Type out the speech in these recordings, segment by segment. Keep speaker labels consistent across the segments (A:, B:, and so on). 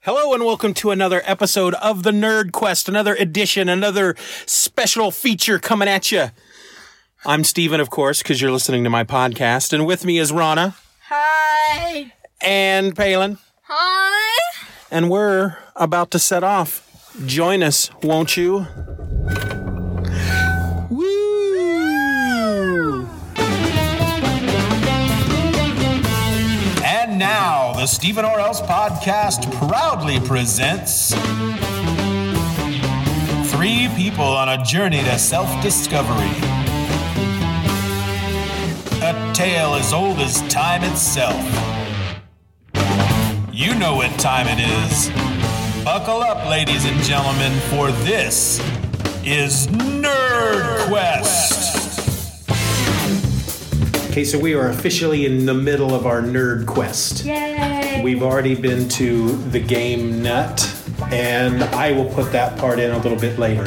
A: Hello and welcome to another episode of the Nerd Quest, another edition, another special feature coming at you. I'm Steven, of course, because you're listening to my podcast, and with me is Rana
B: Hi.
A: and Palin,
B: Hi.
A: and we're about to set off. Join us, won't you? Woo!
C: And now, the Stephen or Else podcast proudly presents three people on a journey to self discovery. A tale as old as time itself. You know what time it is. Buckle up, ladies and gentlemen, for this is Nerd Quest.
A: Okay, so we are officially in the middle of our Nerd Quest.
B: Yay.
A: We've already been to the game nut, and I will put that part in a little bit later.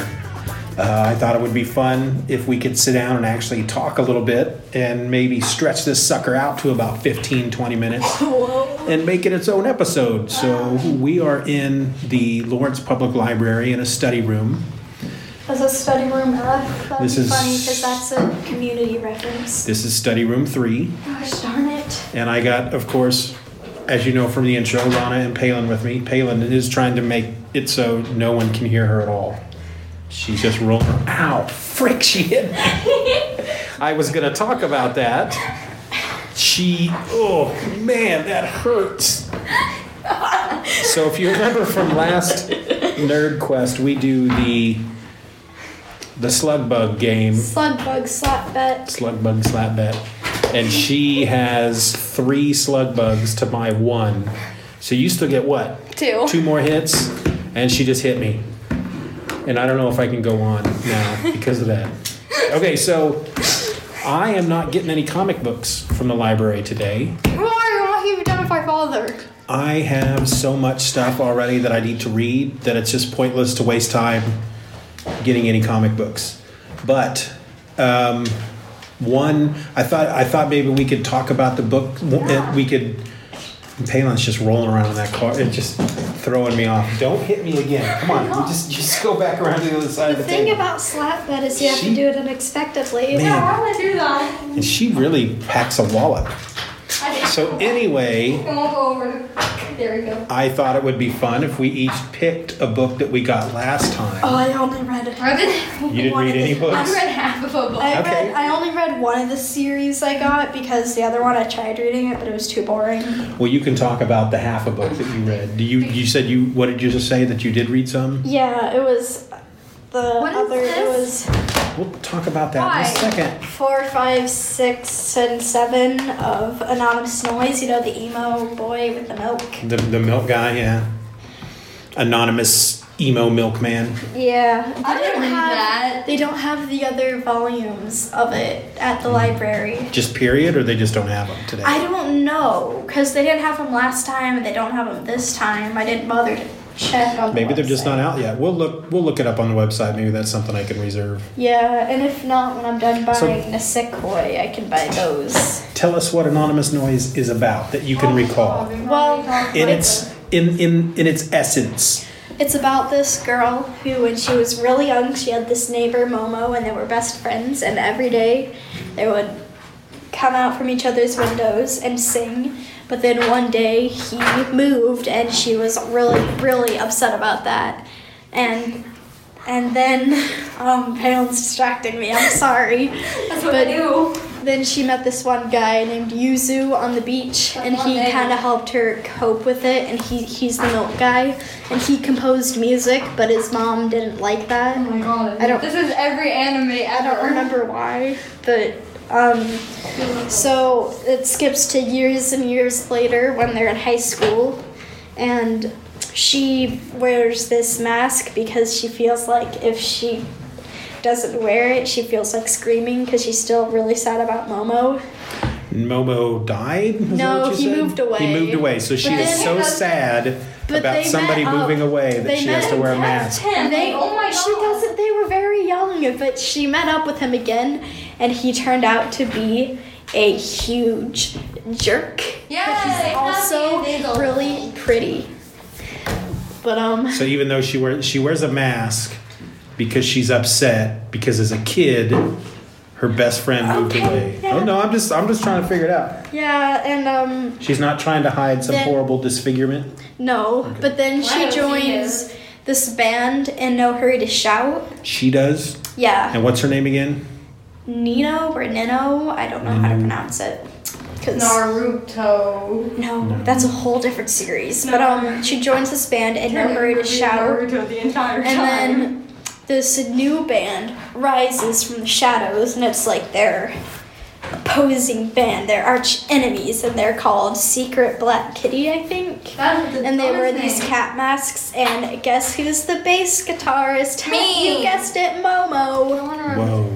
A: Uh, I thought it would be fun if we could sit down and actually talk a little bit and maybe stretch this sucker out to about 15, 20 minutes and make it its own episode. So we are in the Lawrence Public Library in a study room.
D: As a study room F, that'd
A: This
D: be
A: is-
D: funny because that's a community reference.
A: This is study room three.
D: Gosh darn it.
A: And I got, of course, as you know from the intro, Lana and Palin with me. Palin is trying to make it so no one can hear her at all. She's just rolling. Ow, frick, she hit me. I was going to talk about that. She, oh man, that hurts. So if you remember from last Nerd Quest, we do the the slug bug game
D: Slug bug slap bet.
A: slug bug slap bet. And she has three slug bugs to my one. So you still get what?
D: Two.
A: Two more hits, and she just hit me. And I don't know if I can go on now because of that. Okay, so I am not getting any comic books from the library today.
D: Why? What have you done with my father?
A: I have so much stuff already that I need to read that it's just pointless to waste time getting any comic books. But um, one, I thought I thought maybe we could talk about the book. uh, We could. Palin's just rolling around in that car. It's just throwing me off. Don't hit me again. Come on. We just just go back around to the other side of
D: The
A: the
D: thing
A: table.
D: about slap bet is you have
A: She-
D: to do it unexpectedly.
A: Man. Yeah,
B: want to do that.
A: and she really packs a wallop. So anyway.
B: Come on, go over. There we go.
A: I thought it would be fun if we each picked a book that we got last time.
E: Oh, I only read.
B: I read,
A: you didn't read any
B: I
A: books.
B: read half of a book.
E: I
A: Okay.
E: read. I only read one of the series I got because the other one I tried reading it, but it was too boring.
A: Well, you can talk about the half a book that you read. Do you you said you what did you just say that you did read some?
E: Yeah, it was the
B: What is
E: other. It
B: this?
E: was
A: We'll talk about that in a
B: Why?
A: second.
E: four, five, six, and seven of anonymous noise. You know the emo boy with the milk.
A: The the milk guy, yeah. Anonymous emo milkman.
E: Yeah, they
B: I didn't
E: don't
B: read
E: have-
B: that.
E: They don't have the other volumes of it at the library.
A: Just period, or they just don't have them today.
E: I don't know because they didn't have them last time. and They don't have them this time. I didn't bother to check on. the
A: Maybe they're just
E: website.
A: not out yet. We'll look we'll look it up on the website. Maybe that's something I can reserve.
E: Yeah, and if not, when I'm done buying the Sequoia, I can buy those.
A: Tell us what anonymous noise is about that you can recall.
E: Well,
A: In its in in in its essence.
E: it's about this girl who, when she was really young, she had this neighbor, Momo, and they were best friends, and every day they would come out from each other's windows and sing. But then one day he moved, and she was really, really upset about that. And and then, um, Palin's distracting me, I'm sorry.
B: That's what I do.
E: Then she met this one guy named Yuzu on the beach, and he
B: one day.
E: kind of helped her cope with it. And he he's the milk guy, and he composed music, but his mom didn't like that.
B: Oh my god.
E: I don't-
B: This is every anime
E: I
B: ever.
E: don't remember why, but um, so it skips to years and years later when they're in high school, and she wears this mask because she feels like if she doesn't wear it, she feels like screaming because she's still really sad about Momo.
A: Momo died? Is that
E: No,
A: what you
E: he
A: said?
E: moved away.
A: He moved away. So she
E: But
A: is
E: then-
A: so sad
E: but they
A: about somebody
E: met
A: moving
E: up.
A: away that
E: They
A: she has
E: met
A: to wear a
E: up.
A: mask.
B: Ten.
E: They,
B: oh my
E: she
B: god.
E: doesn't. They were very young, but she met up with him again, and he turned out to be a huge jerk.
B: Yay,
E: but he's
B: happy
E: also
B: little.
E: really pretty. but um,
C: So even though she wears she wears a mask because she's upset because as a kid, her best friend moved
E: Okay,
C: away.
E: yeah.
C: Oh no, I'm just I'm just trying to figure it out.
E: yeah, and um,
C: She's not trying to hide some
E: Then-
C: horrible disfigurement.
E: no, but then
F: Why
E: she
F: does he
E: joins this band in No Hurry to Shout.
C: She does.
E: Yeah,
C: And what's her name again?
E: Nino or Nino, I don't know how to
A: Mm.
E: pronounce it. 'cause-
F: Naruto.
E: No, that's a whole different series. But um, she joins this band in No Hurry to Shout.
F: Naruto the entire
E: And then this new band rises from the shadows, and it's like their opposing band, their arch enemies, and they're called Secret Black Kitty, I think.
F: That is the
E: And they wear
F: dumbest
E: these
F: name.
E: cat masks, and guess who's the bass guitarist?
F: Me.
E: You guessed it,
F: I
E: Momo.
F: wanna-
C: Whoa.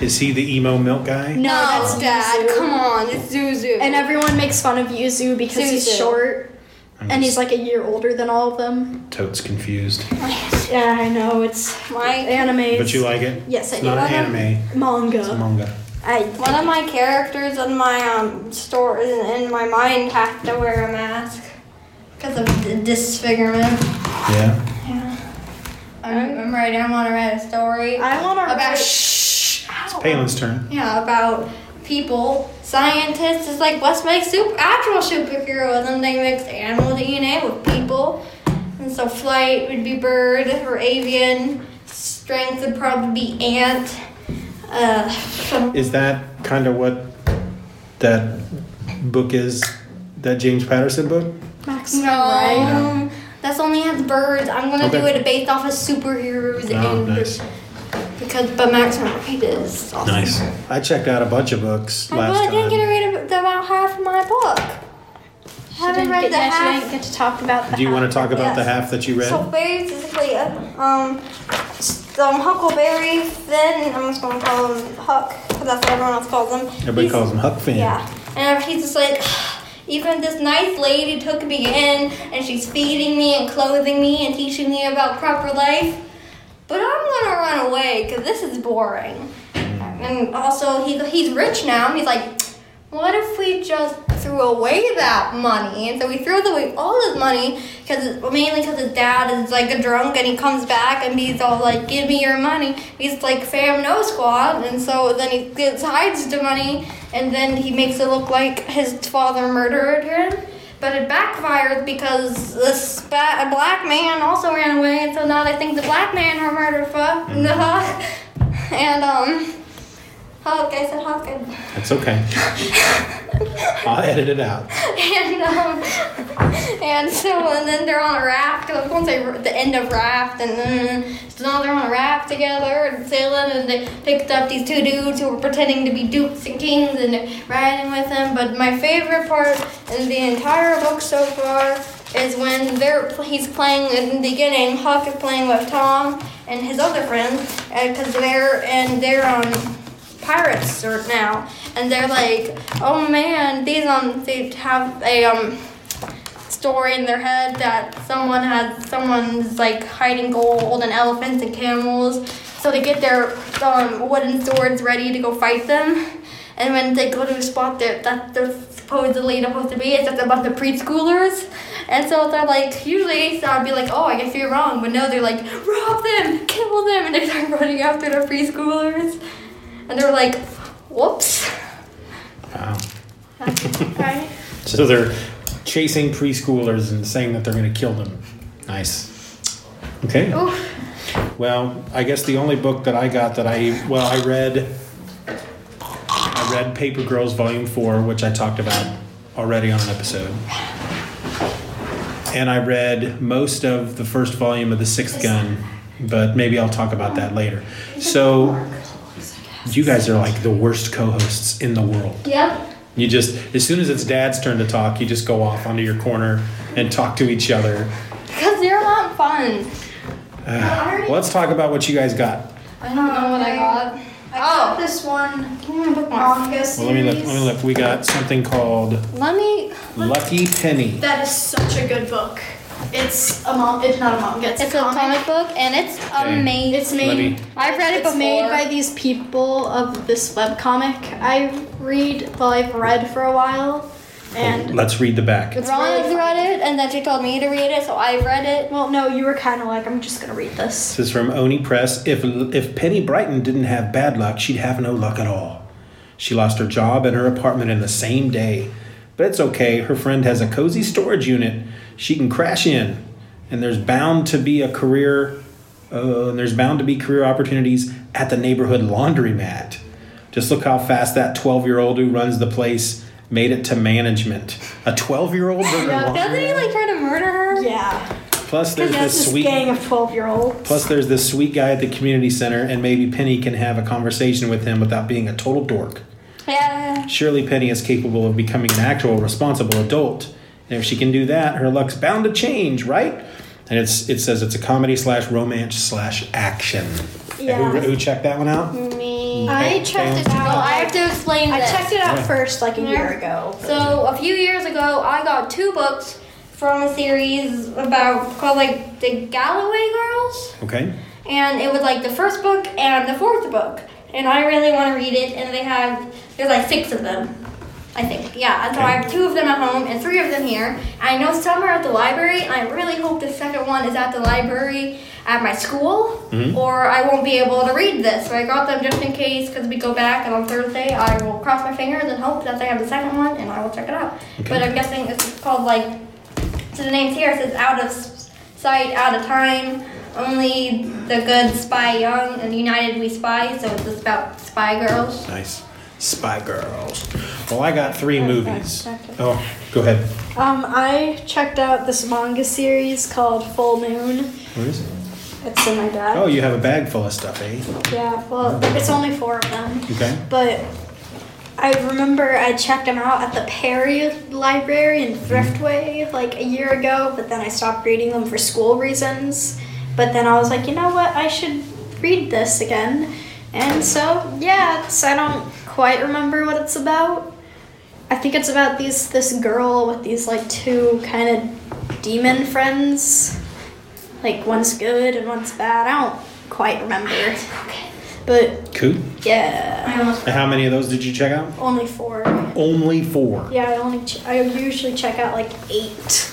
C: Is he the emo milk guy?
E: No, that's Dad.
F: Come on, it's Zuzu.
E: And everyone makes fun of Yuzu because he's
F: Zuzu.
E: short,
C: I'm
E: and he's
C: just
E: like a year older than all of them.
C: totes confused.
E: Yeah, I know it's
F: my
E: anime.
C: But you like it?
E: Yes, I
C: It's
E: do.
C: not an anime.
E: manga.
C: It's a manga.
E: I
B: One of my characters in my um store in, in my mind have to wear a mask because of the disfigurement.
C: Yeah.
B: I'm, I'm ready. I want to write a story
E: I want to
B: about
E: write.
B: shh.
C: Palin's turn.
B: Yeah, about people, scientists. It's like let's make super actual superheroes, and they mix animal DNA with people. And so flight would be bird or avian. Strength would probably be ant. Uh, some-
C: Is that kind of what that book is? That James Patterson book?
E: Max.
B: no,
E: Right.
B: that's only has birds. I'm gonna do
C: Okay.
B: it based off of superheroes
C: Oh,
B: and
C: nice.
B: because but Max Wright is awesome.
C: Nice. I checked out a bunch of books
B: I
C: last
B: really didn't get to
C: time.
B: read ab- about half of my book.
E: She
B: Haven't
E: didn't
B: read
E: get,
B: the
E: yeah, she
B: half.
E: didn't get to talk about the
C: Do you want
E: half.
C: to talk about the
B: Yes.
C: half that you read?
B: So basically, uh, um, s- um, Huckleberry Finn. I'm just gonna call him Huck because that's what everyone else calls him.
C: Everybody
B: He's-
C: calls him Huck Finn.
B: Yeah, and he's just like. Even this nice lady took me in, and she's feeding me and clothing me and teaching me about proper life. But I'm gonna run away because this is boring.
C: Mm.
B: And also, he, he's rich now, and he's like, what if we just threw away that money? And so he throws away all his money because mainly because his dad is like a drunk, and he comes back and he's all like, "Give me your money." He's like, "Fam, no squad." And so then he gets hides the money, and then he makes it look like his father murdered him. But it backfired because this ba- a black man also ran away, and so now they think the black man are murdered. Fuck. and um, Hulk, I said Hulk. I-
C: It's okay. I'll edit it out.
B: and um, and so and then they're on a raft. I was gonna say r- the end of raft, and then so now they're on a raft together and sailing, and they picked up these two dudes who were pretending to be dukes and kings and riding with them. But my favorite part in the entire book so far is when they're he's playing in the beginning. Huck is playing with Tom and his other friend, because they're and they're um, on pirates right now, and they're like, "Oh man, these um they have a um story in their head that someone has someone's like hiding gold and elephants and camels, so they get their um wooden swords ready to go fight them, and when they go to a spot that that they're supposedly supposed to be, it's just a bunch of preschoolers, and so they're like usually so I'd be like, "Oh, I guess you're wrong," but no, they're like, "Rob them, kill them," and they start running after the preschoolers. And they were like, whoops.
C: Wow.
B: Okay.
C: So they're chasing preschoolers and saying that they're going to kill them. Nice. Okay. Well, I guess the only book that I got that I well I read I read Paper Girls Volume 4, which I talked about already on an episode. And I read most of the first volume of The Sixth Gun, but maybe I'll talk about that later. So you guys are like the worst co-hosts in the world.
B: Yep.
C: You just, as soon as it's dad's turn to talk, you just go off onto your corner and talk to each other.
B: Because they're not fun.
C: Well, Uh, let's talk about what you guys got.
B: I don't know what I got.
E: Oh I got
B: Oh.
E: this one manga
B: Let
C: Well, let me look. Let me look. We got something called
B: me.
C: Lucky Penny.
E: That is such a good book. It's a mom. It's not a manga. It's,
B: It's
E: a
B: a
E: comic.
B: comic book and it's
C: Okay.
B: amazing.
E: It's made.
C: Let me-
B: I've read it
E: It's made
B: before.
E: by these people of this webcomic I read, well, I've read for a while. And
C: Let's read the back.
B: Ron
E: really
B: read it, and then she told me to read it, so I read it.
E: well, no, you were kind of like, I'm just gonna read this.
C: This is from Oni Press. If if Penny Brighton didn't have bad luck, she'd have no luck at all. She lost her job and her apartment in the same day. But it's okay. Her friend has a cozy storage unit. She can crash in, and there's bound to be a career. Uh, and there's bound to be career opportunities at the neighborhood laundromat. Just look how fast that 12 year old who runs the place made it to management. A 12 year old.
B: Doesn't he like try to murder her?
E: Yeah,
C: Plus, there's
E: because that's
C: this
E: this
C: sweet
E: gang of twelve-year-olds.
C: Plus, there's this sweet guy at the community center, and maybe Penny can have a conversation with him without being a total dork.
B: Yeah.
C: Surely Penny is capable of becoming an actual responsible adult, and if she can do that, her luck's bound to change, right? And it's it says it's a comedy slash romance slash action.
E: Yeah.
C: Who, who checked that one out?
B: Me.
E: I
C: Bam,
E: checked it
C: bam.
B: Oh, I
E: out.
B: have to explain
E: I
B: this.
E: checked it out
C: Yeah.
E: first, like a year ago.
B: So a few years ago, I got two books from a series about called like the Galloway Girls,
C: Okay.
B: and it was like the first book and the fourth book, and I really want to read it. And they have there's like six of them, I think. Yeah, and so I have two of them at home and three of them here. I know some are at the library, and I really hope the second one is at the library at my school, or I won't be able to read this. So I got them just in case because we go back, and on Thursday I will cross my fingers and hope that they have the second one, and I will check it out. But I'm guessing it's called like so the name's here. It says out of s- sight, out of time. Only the good spy young, and united we spy. So it's just about spy girls.
C: Nice. Spy Girls. Well, I got three movies. Oh, go ahead.
E: Um, I checked out this manga series called Full Moon.
C: Where is it?
E: It's in my bag.
C: Oh, you have a bag full of stuff, eh?
E: Yeah, well, it's only four of them.
C: Okay.
E: But I remember I checked them out at the Perry Library in Thriftway like a year ago, but then I stopped reading them for school reasons. But then I was like, you know what, I should read this again. And so, yeah, it's, I don't quite remember what it's about. I think it's about these this girl with these like two kind of demon friends. Like one's good and one's bad. I don't quite remember. Okay. But
C: Cool.
E: yeah.
B: I almost
C: And how many of those did you check out?
E: Only four.
C: Only four.
E: Yeah, I only ch- I usually check out like eight.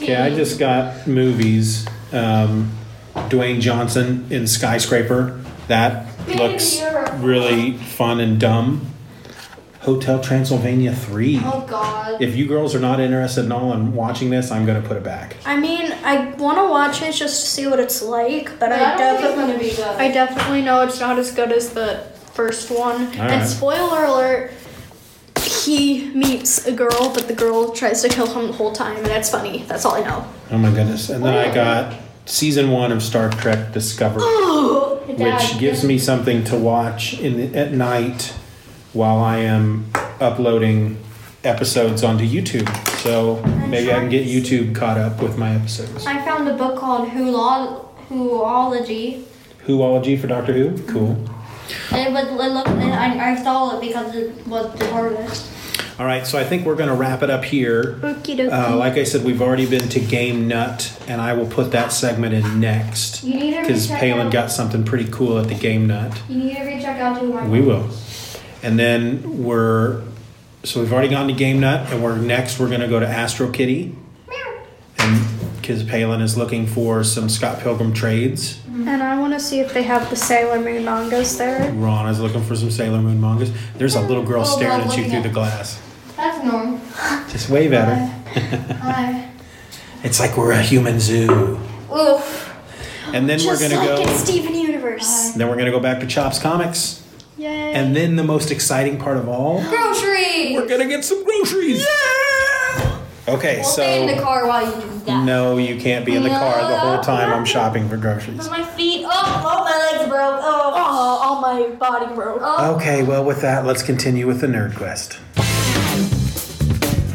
C: Okay, I just got movies. Um, Dwayne Johnson in Skyscraper. That looks really fun and dumb. Hotel Transylvania 3.
B: Oh God.
C: If you girls are not interested at all in watching this, I'm going to put it back.
E: I mean, I want to watch it just to see what it's like, but I, definitely
B: be good.
E: I definitely know it's not as good as the first one. and
C: right.
E: spoiler alert, he meets a girl, but the girl tries to kill him the whole time, and that's funny. That's all I know.
C: Oh my goodness. And then I got season one of Star Trek Discovery. which gives me something to watch in the, at night while I am uploading episodes onto YouTube. So maybe I can get YouTube caught up with my episodes.
B: I found a book called Hoolo- Hoology,
C: Whoology for Doctor Who, cool.
B: and it was it looked, and I, I saw it because it was the hardest.
C: All right, so I think we're going to wrap it up here. Uh, like I said, we've already been to Game Nut, and I will put that segment in next
B: You need to
C: because
B: recheck
C: Palin
B: out-
C: got something pretty cool at the Game Nut.
B: You need to recheck out two more.
C: We will. And then we're so we've already gone to Game Nut, and we're next. We're going to go to Astro Kitty, and because Palin is looking for some Scott Pilgrim trades.
E: And I want to see if they have the Sailor Moon mangas there.
C: Ron is looking for some Sailor Moon mangas. There's a little girl
B: Oh,
C: staring
B: God,
C: at you
B: looking
C: through
B: at-
C: the glass.
B: That's normal.
C: Just wave at her.
B: Hi.
C: It's like we're a human zoo.
B: Oof.
C: And then we're
E: Just
C: gonna
E: like in
C: go.
E: Steven Universe.
C: Then we're gonna go back to Chops Comics.
E: Yay.
C: And then the most exciting part of all,
B: Grocery.
C: we're gonna get some groceries. Yeah. Okay,
B: Well,
C: so.
B: stay in the car while you do that.
C: No, you can't be in the car the whole time I'm shopping for groceries.
B: Put my feet. Oh, oh, my legs broke. Oh.
E: oh, all my body broke.
C: Okay, well, with that, let's continue with the Nerd Quest.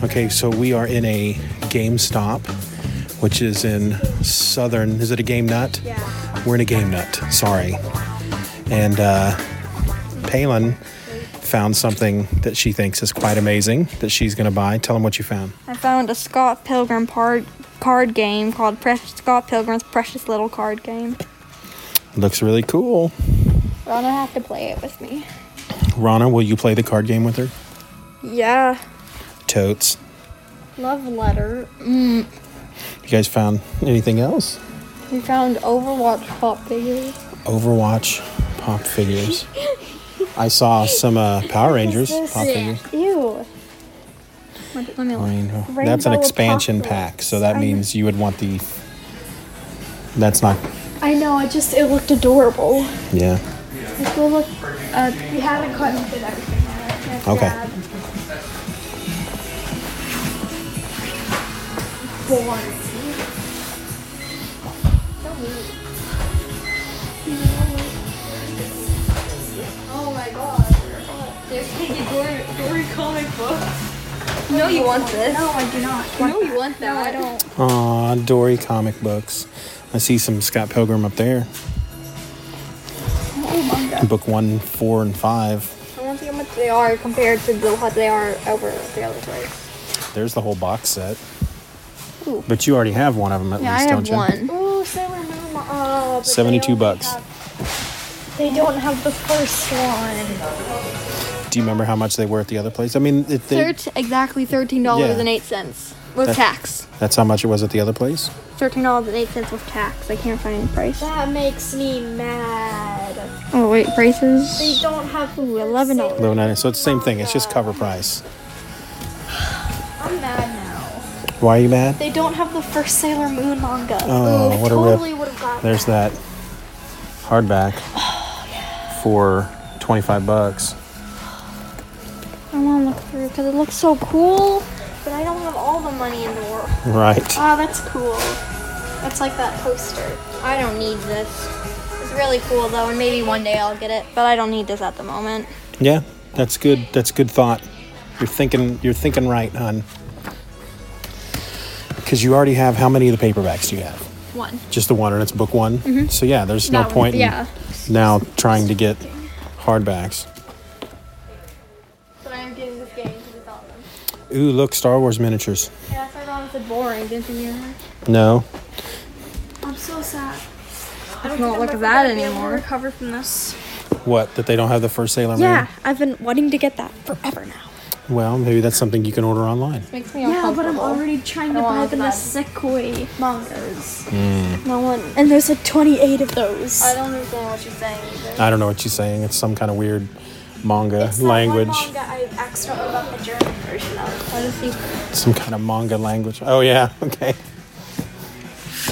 C: Okay, so we are in a GameStop, which is in Southern. Is it a Game Nut? Yeah. We're in a Game Nut, sorry. And uh, Palin found something that she thinks is quite amazing that she's going to buy. Tell them what you found.
B: I found a Scott Pilgrim card card game called Precious Scott Pilgrim's Precious Little Card Game.
C: Looks really cool.
B: Rana have to play it with me.
C: Rana, will you play the card game with her?
B: Yeah.
C: Totes.
G: Love letter. Mm.
C: You guys found anything else?
G: We found Overwatch pop figures.
C: Overwatch pop figures. I saw some uh, Power Rangers pop figures.
G: Ew. Let let me look.
C: Rainbow. That's an
G: Rainbow
C: expansion
G: Apocalypse.
C: pack, so that
G: I-
C: means you would want the. That's not.
G: I know. It just it looked adorable.
C: Yeah.
G: Let's go look. Uh, we haven't cut into everything yet.
C: Okay.
B: No, you want this.
G: No, I do not.
B: No, you want that.
G: No, I don't.
C: Aw, Dory comic books. I see some Scott Pilgrim up there.
G: Oh
C: Book one, four, and five.
G: I want to see how much they are compared to the, what they are over the other place.
C: There's the whole box set.
G: Ooh.
C: But you already have one of them at least, don't you?
G: Ooh, Sailor Moon. Oh, but they
C: 72
G: only
C: bucks.
G: have- they don't have the first one.
C: Do you remember how much they were at the other place? I mean, it, they,
G: Thirt- exactly thirteen dollars and eight cents with
C: That's-
G: tax.
C: that's how much it was at the other place.
G: Thirteen dollars and eight cents with tax. I can't find the price.
E: That makes me mad.
G: Oh wait,
E: They
G: prices.
E: don't have
G: Ooh, eleven dollars.
C: Eleven ninety. So it's the same thing. It's just cover price.
E: I'm mad now.
C: Why are you mad?
E: They don't have the first Sailor Moon manga.
C: Oh, what a
E: totally
C: rip.
E: would have got
C: There's that hardback
G: Oh,
C: for twenty-five bucks.
G: I want to look through because it looks so cool.
E: But I don't have all the money in the world.
C: Right.
E: Ah, that's cool. That's like that poster.
B: I don't need this. It's really cool though, and maybe one day I'll get it, but I don't need this at the moment.
C: Yeah, that's good. That's good thought. You're thinking. You're thinking right, hon. Because you already have how many of the paperbacks do you have?
G: One.
C: Just the one, and it's book one. So yeah, there's no
G: That one,
C: point in
G: yeah.
C: now trying to get hardbacks.
G: But I'm getting this game because it's awesome.
C: Ooh, look, Star Wars miniatures.
G: Yeah, that's why Mom said boring. Didn't you hear her?
C: No,
G: I'm so sad. I don't, look at that anymore.
E: Recover from this.
C: what? That they don't have the first Sailor Moon.
G: Yeah, I've been wanting to get that forever now.
C: Well, maybe that's something you can order online.
B: Makes me
G: Yeah, but I'm already trying to
B: don't
G: buy
B: want
G: the
B: that.
G: Nisekoi mangas.
C: Hmm.
G: No one, and there's like 28 of those.
B: I don't understand what you're saying either.
C: I don't know what she's saying. It's some kind of weird manga language.
E: That one manga I accidentally got the German version of.
B: What is he?
C: Some kind of manga language. Oh yeah, okay.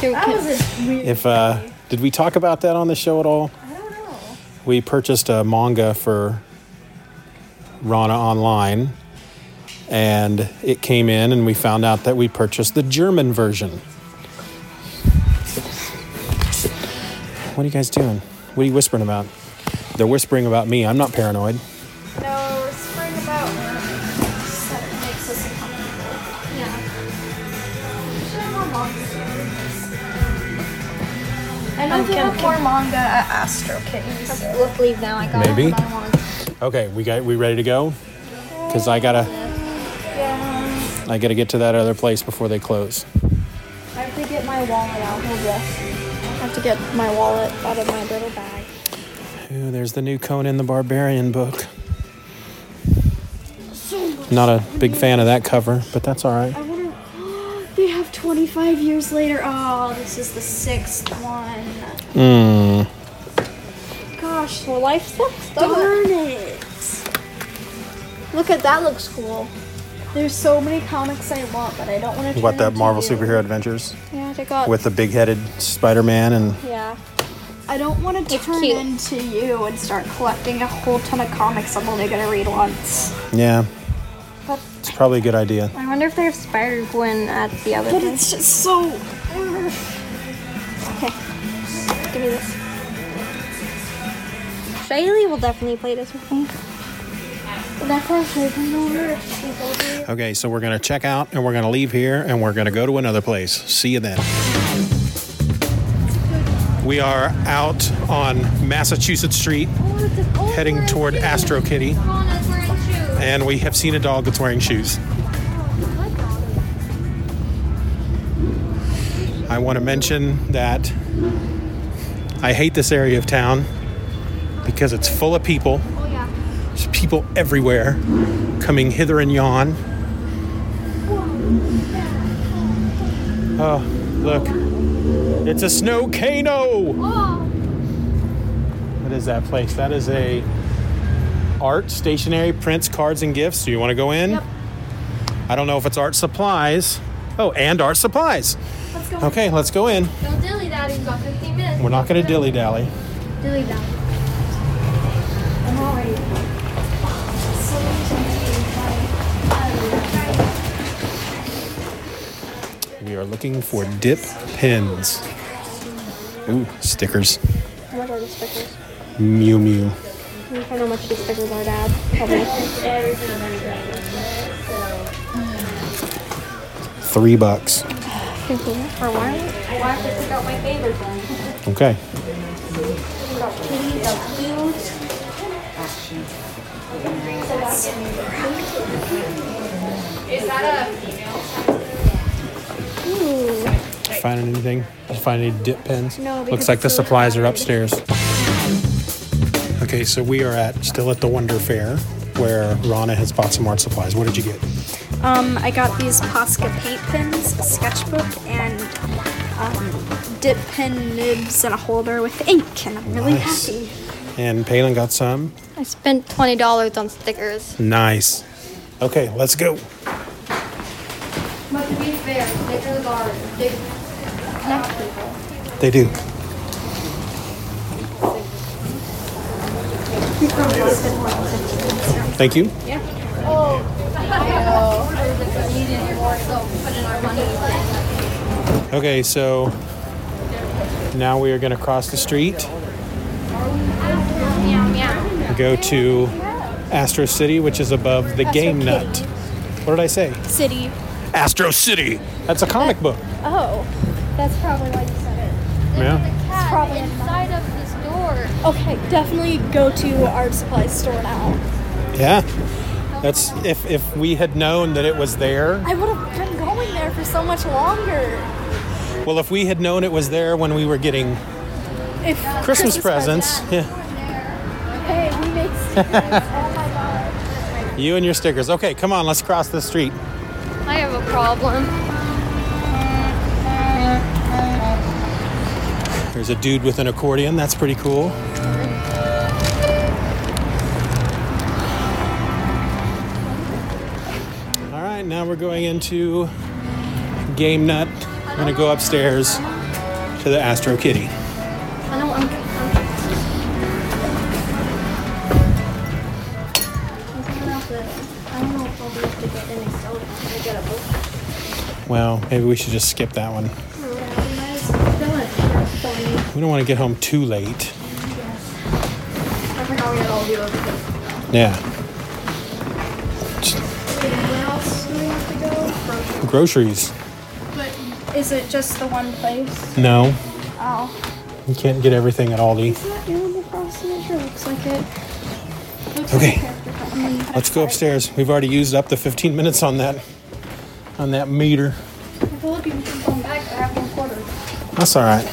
C: If uh, did we talk about that on the show at all? I don't know. We purchased a manga for Rana online, and it came in, and we found out that we purchased the German version. What are you guys doing? What are you whispering about? They're whispering about me. I'm not paranoid.
E: No, we're spring about that it makes us uncomfortable. Yeah. I know they have more manga at Astro King. So.
B: Let's leave now. I got
C: Maybe.
B: it. but I want to-
C: Okay, we got we ready to go? Cause I gotta I gotta get to that other place before they close.
G: I have to get my wallet out. Hold this. I have to get my wallet out of my little bag.
C: Ooh, there's the new Conan the Barbarian book. Not a big fan of that cover, but that's alright.
G: I wonder. They have 25 years later. Oh, this is the sixth one.
C: Mmm.
G: Gosh, well, life sucks. Darn it. Look at that. Looks cool. There's so many comics I want, but I don't want to.
C: What that Marvel superhero adventures
G: Yeah, they got.
C: with the big headed Spider Man and
G: yeah.
E: I don't want to turn
B: cute.
E: into you and start collecting a whole ton of comics I'm only going to read once.
C: yeah. It's probably a good idea.
B: I wonder if there's Spider Gwen at the other.
E: But it's
B: place.
E: just so.
G: Give me this.
B: Shaylee will definitely play this with me.
C: Okay, so we're gonna check out and we're gonna leave here and we're gonna go to another place. See you then. We are out on Massachusetts Street, heading toward Astro Kitty, and we have seen a dog that's wearing shoes. I want to mention that I hate this area of town because it's full of people. There's people everywhere coming hither and yon. Oh, look. It's a snow cano! What is that place? That is a art, stationery, prints, cards, and gifts. Do you want to go in?
G: Yep.
C: I don't know if it's art supplies. Oh, and art supplies. Let's go. Okay, let's go in.
B: Don't dilly dally. You've got 15 minutes.
C: We're not going to dilly dally.
G: Dilly dally.
C: We are looking for dip pins. Ooh, stickers.
G: How much are the stickers?
C: Mew Mew.
G: I don't know how much these stickers are, Dad. Probably.
C: Three bucks.
G: For what?
B: I have to pick out my favorite one.
C: Okay.
B: Is that a female?
C: Find anything? Did you find any dip pins?
G: No, because
C: Looks like the
G: it's so
C: supplies are upstairs. Okay, so we are at still at the Wonder Fair, where Rana has bought some art supplies. What did you get?
E: Um, I got these Posca paint pens, a sketchbook, and um, dip pen nibs and a holder with ink, and I'm really
C: Nice.
E: happy.
C: And Palin got some.
H: I spent twenty dollars on stickers.
C: Nice. Okay, let's go.
B: But to be fair, stickers are they connect people.
C: They do. Thank you.
B: We didn't more so put in our money.
C: Okay, so now we are going to cross the street
B: Meow meow.
C: and go to Astro City, which is above the Game Nut. What did I say?
G: City.
C: Astro City. That's a comic book.
G: Oh. That's probably why you said it.
C: Yeah.
B: Cat
G: probably
B: inside of this door.
G: Okay, definitely go to art supply store now.
C: Yeah. That's if if we had known that it was there.
G: I would have been going there for so much longer.
C: Well, if we had known it was there when we were getting
G: If
C: Christmas presents, yeah.
G: Hey, we make stickers. oh my god.
C: You and your stickers. Okay, come on, let's cross the street.
H: I have a problem.
C: There's a dude with an accordion. That's pretty cool. All right, now we're going into Game Nut. I'm gonna go upstairs to the Astro Kitty.
H: I know I'm.
C: Well, maybe we should just skip that one. We don't want to get home too late.
B: I forgot we had all the other
C: Yeah. Groceries.
G: But is it just the one place?
C: No,
G: Oh.
C: you can't get everything at Aldi.
G: Is that Animal Crossing? It sure looks like it. Looks
C: Okay.
G: like a character from-
C: Let's go upstairs. We've already used up the 15 minutes on that on that meter.
G: I told you we should come back. I have one quarter.
C: That's all right.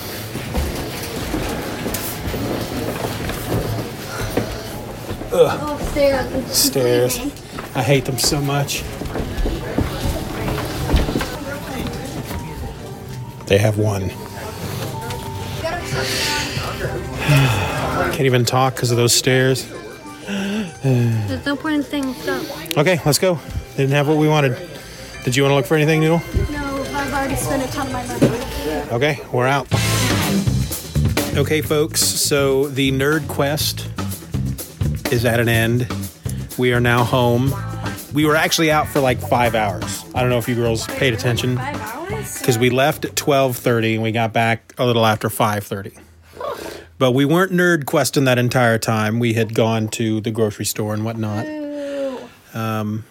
G: Oh,
B: upstairs.
C: Stairs. I hate them so much. They have one. Can't even talk because of those stairs.
H: There's no point in saying stuff.
C: Okay, let's go. They didn't have what we wanted. Did you want to look for anything, Noodle?
G: No, I've already spent a ton of my money.
C: Okay, we're out. Okay, folks, so the Nerd Quest is at an end. We are now home. We were actually out for like five hours. I don't know if you girls paid attention
E: Five hours?
C: because we left at 12.30 and we got back a little after 5.30 but we weren't nerd questing that entire time we had gone to the grocery store and whatnot um,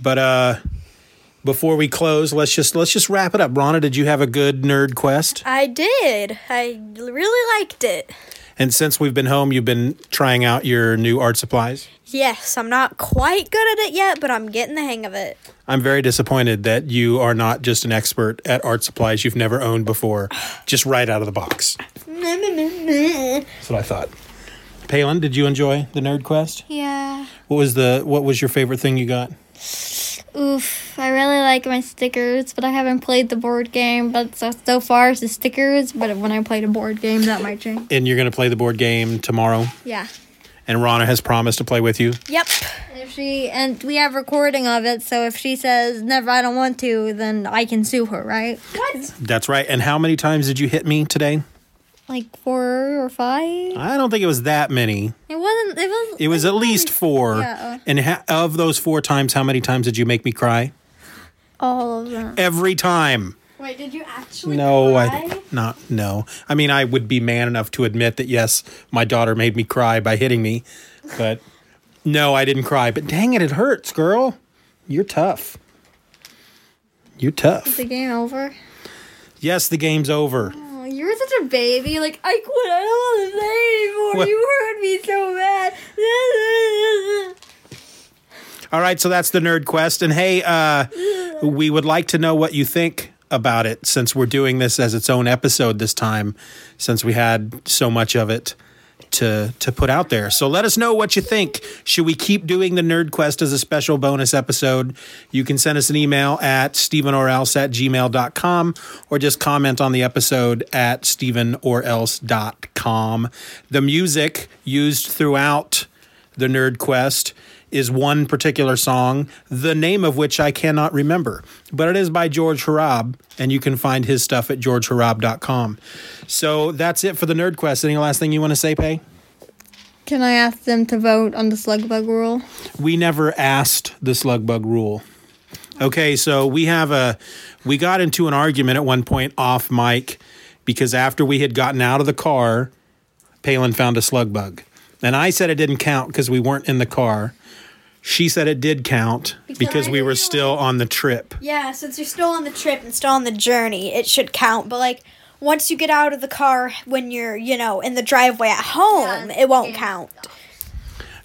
C: but uh, before we close let's just let's just wrap it up rana did you have a good nerd quest
E: I did. I really liked it.
C: and since we've been home you've been trying out your new art supplies
E: Yes, I'm not quite good at it yet, but I'm getting the hang of it.
C: I'm very disappointed that you are not just an expert at art supplies you've never owned before, just right out of the box. That's what I thought. Palin, did you enjoy the Nerd Quest?
H: Yeah.
C: What was the What was your favorite thing you got?
H: Oof, I really like my stickers, but I haven't played the board game. But so, so far, it's the stickers. But when I play the board game, that might change.
C: And you're going to play the board game tomorrow.
H: Yeah.
C: And Rana has promised to play with you.
H: Yep. If she and we have recording of it, so if she says never, I don't want to, then I can sue her, right?
C: That's right. And how many times did you hit me today?
H: Like four or five.
C: I don't think it was that many.
H: It wasn't. It was.
C: It was at least four.
H: Yeah.
C: And ha- of those four times, how many times did you make me cry?
H: all of them.
C: Every time.
G: Wait, did you actually?
C: No,
G: cry?
C: I not no. I mean, I would be man enough to admit that yes, my daughter made me cry by hitting me, but no, I didn't cry. But dang it, it hurts, girl. You're tough. You're tough.
H: The game over.
C: Yes, the game's over.
H: Oh, you were such a baby. Like I quit. I don't want to play anymore.
C: What?
H: You hurt me so bad.
C: All right, so that's the nerd quest. And hey, uh, we would like to know what you think about it since we're doing this as its own episode this time, since we had so much of it to to put out there. So let us know what you think. Should we keep doing the nerd quest as a special bonus episode? You can send us an email at stevenorelse at gmail.com or just comment on the episode at stevenorelse.com. The music used throughout the Nerd Quest is one particular song, the name of which I cannot remember, but it is by George Harab, and you can find his stuff at georgeharab.com. So that's it for the Nerd Quest. Any last thing you want to say, Pay?
H: Can I ask them to vote on the slug bug rule?
C: we never asked the slug bug rule. Okay, so we have a we got into an argument at one point off mic because after we had gotten out of the car, Palin found a slug bug. And I said it didn't count because we weren't in the car. She said it did count because, we were still on the trip.
E: Yeah, since you're still on the trip and still on the journey, it should count. But like once you get out of the car when you're, you know, in the driveway at home, it won't count.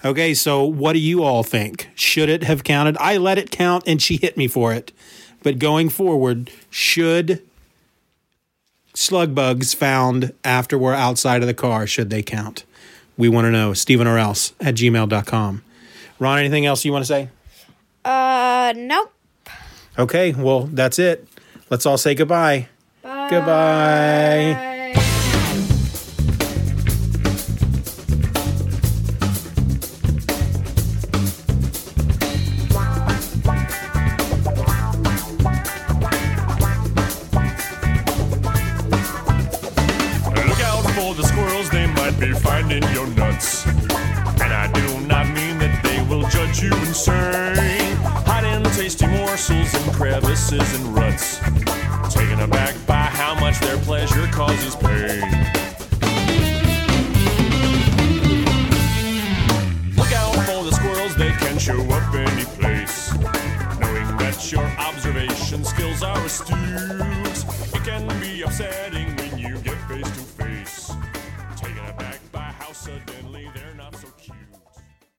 C: Okay, so what do you all think? Should it have counted? I let it count and she hit me for it. But going forward, should slug bugs found after we're outside of the car, should they count? We want to know. Steven or else at gmail.com. Ron, anything else you want to say?
E: Uh, nope.
C: Okay, well, that's it. Let's all say goodbye. Bye. Goodbye.
I: Look out for the squirrels, they might be finding your nuts. And I do not mean that they will judge you and say, hide in tasty morsels and crevices and ruts. Taken aback by how much their pleasure causes pain. Look out for the squirrels, they can show up any place. Knowing that your observation skills are astute, it can be upsetting when you get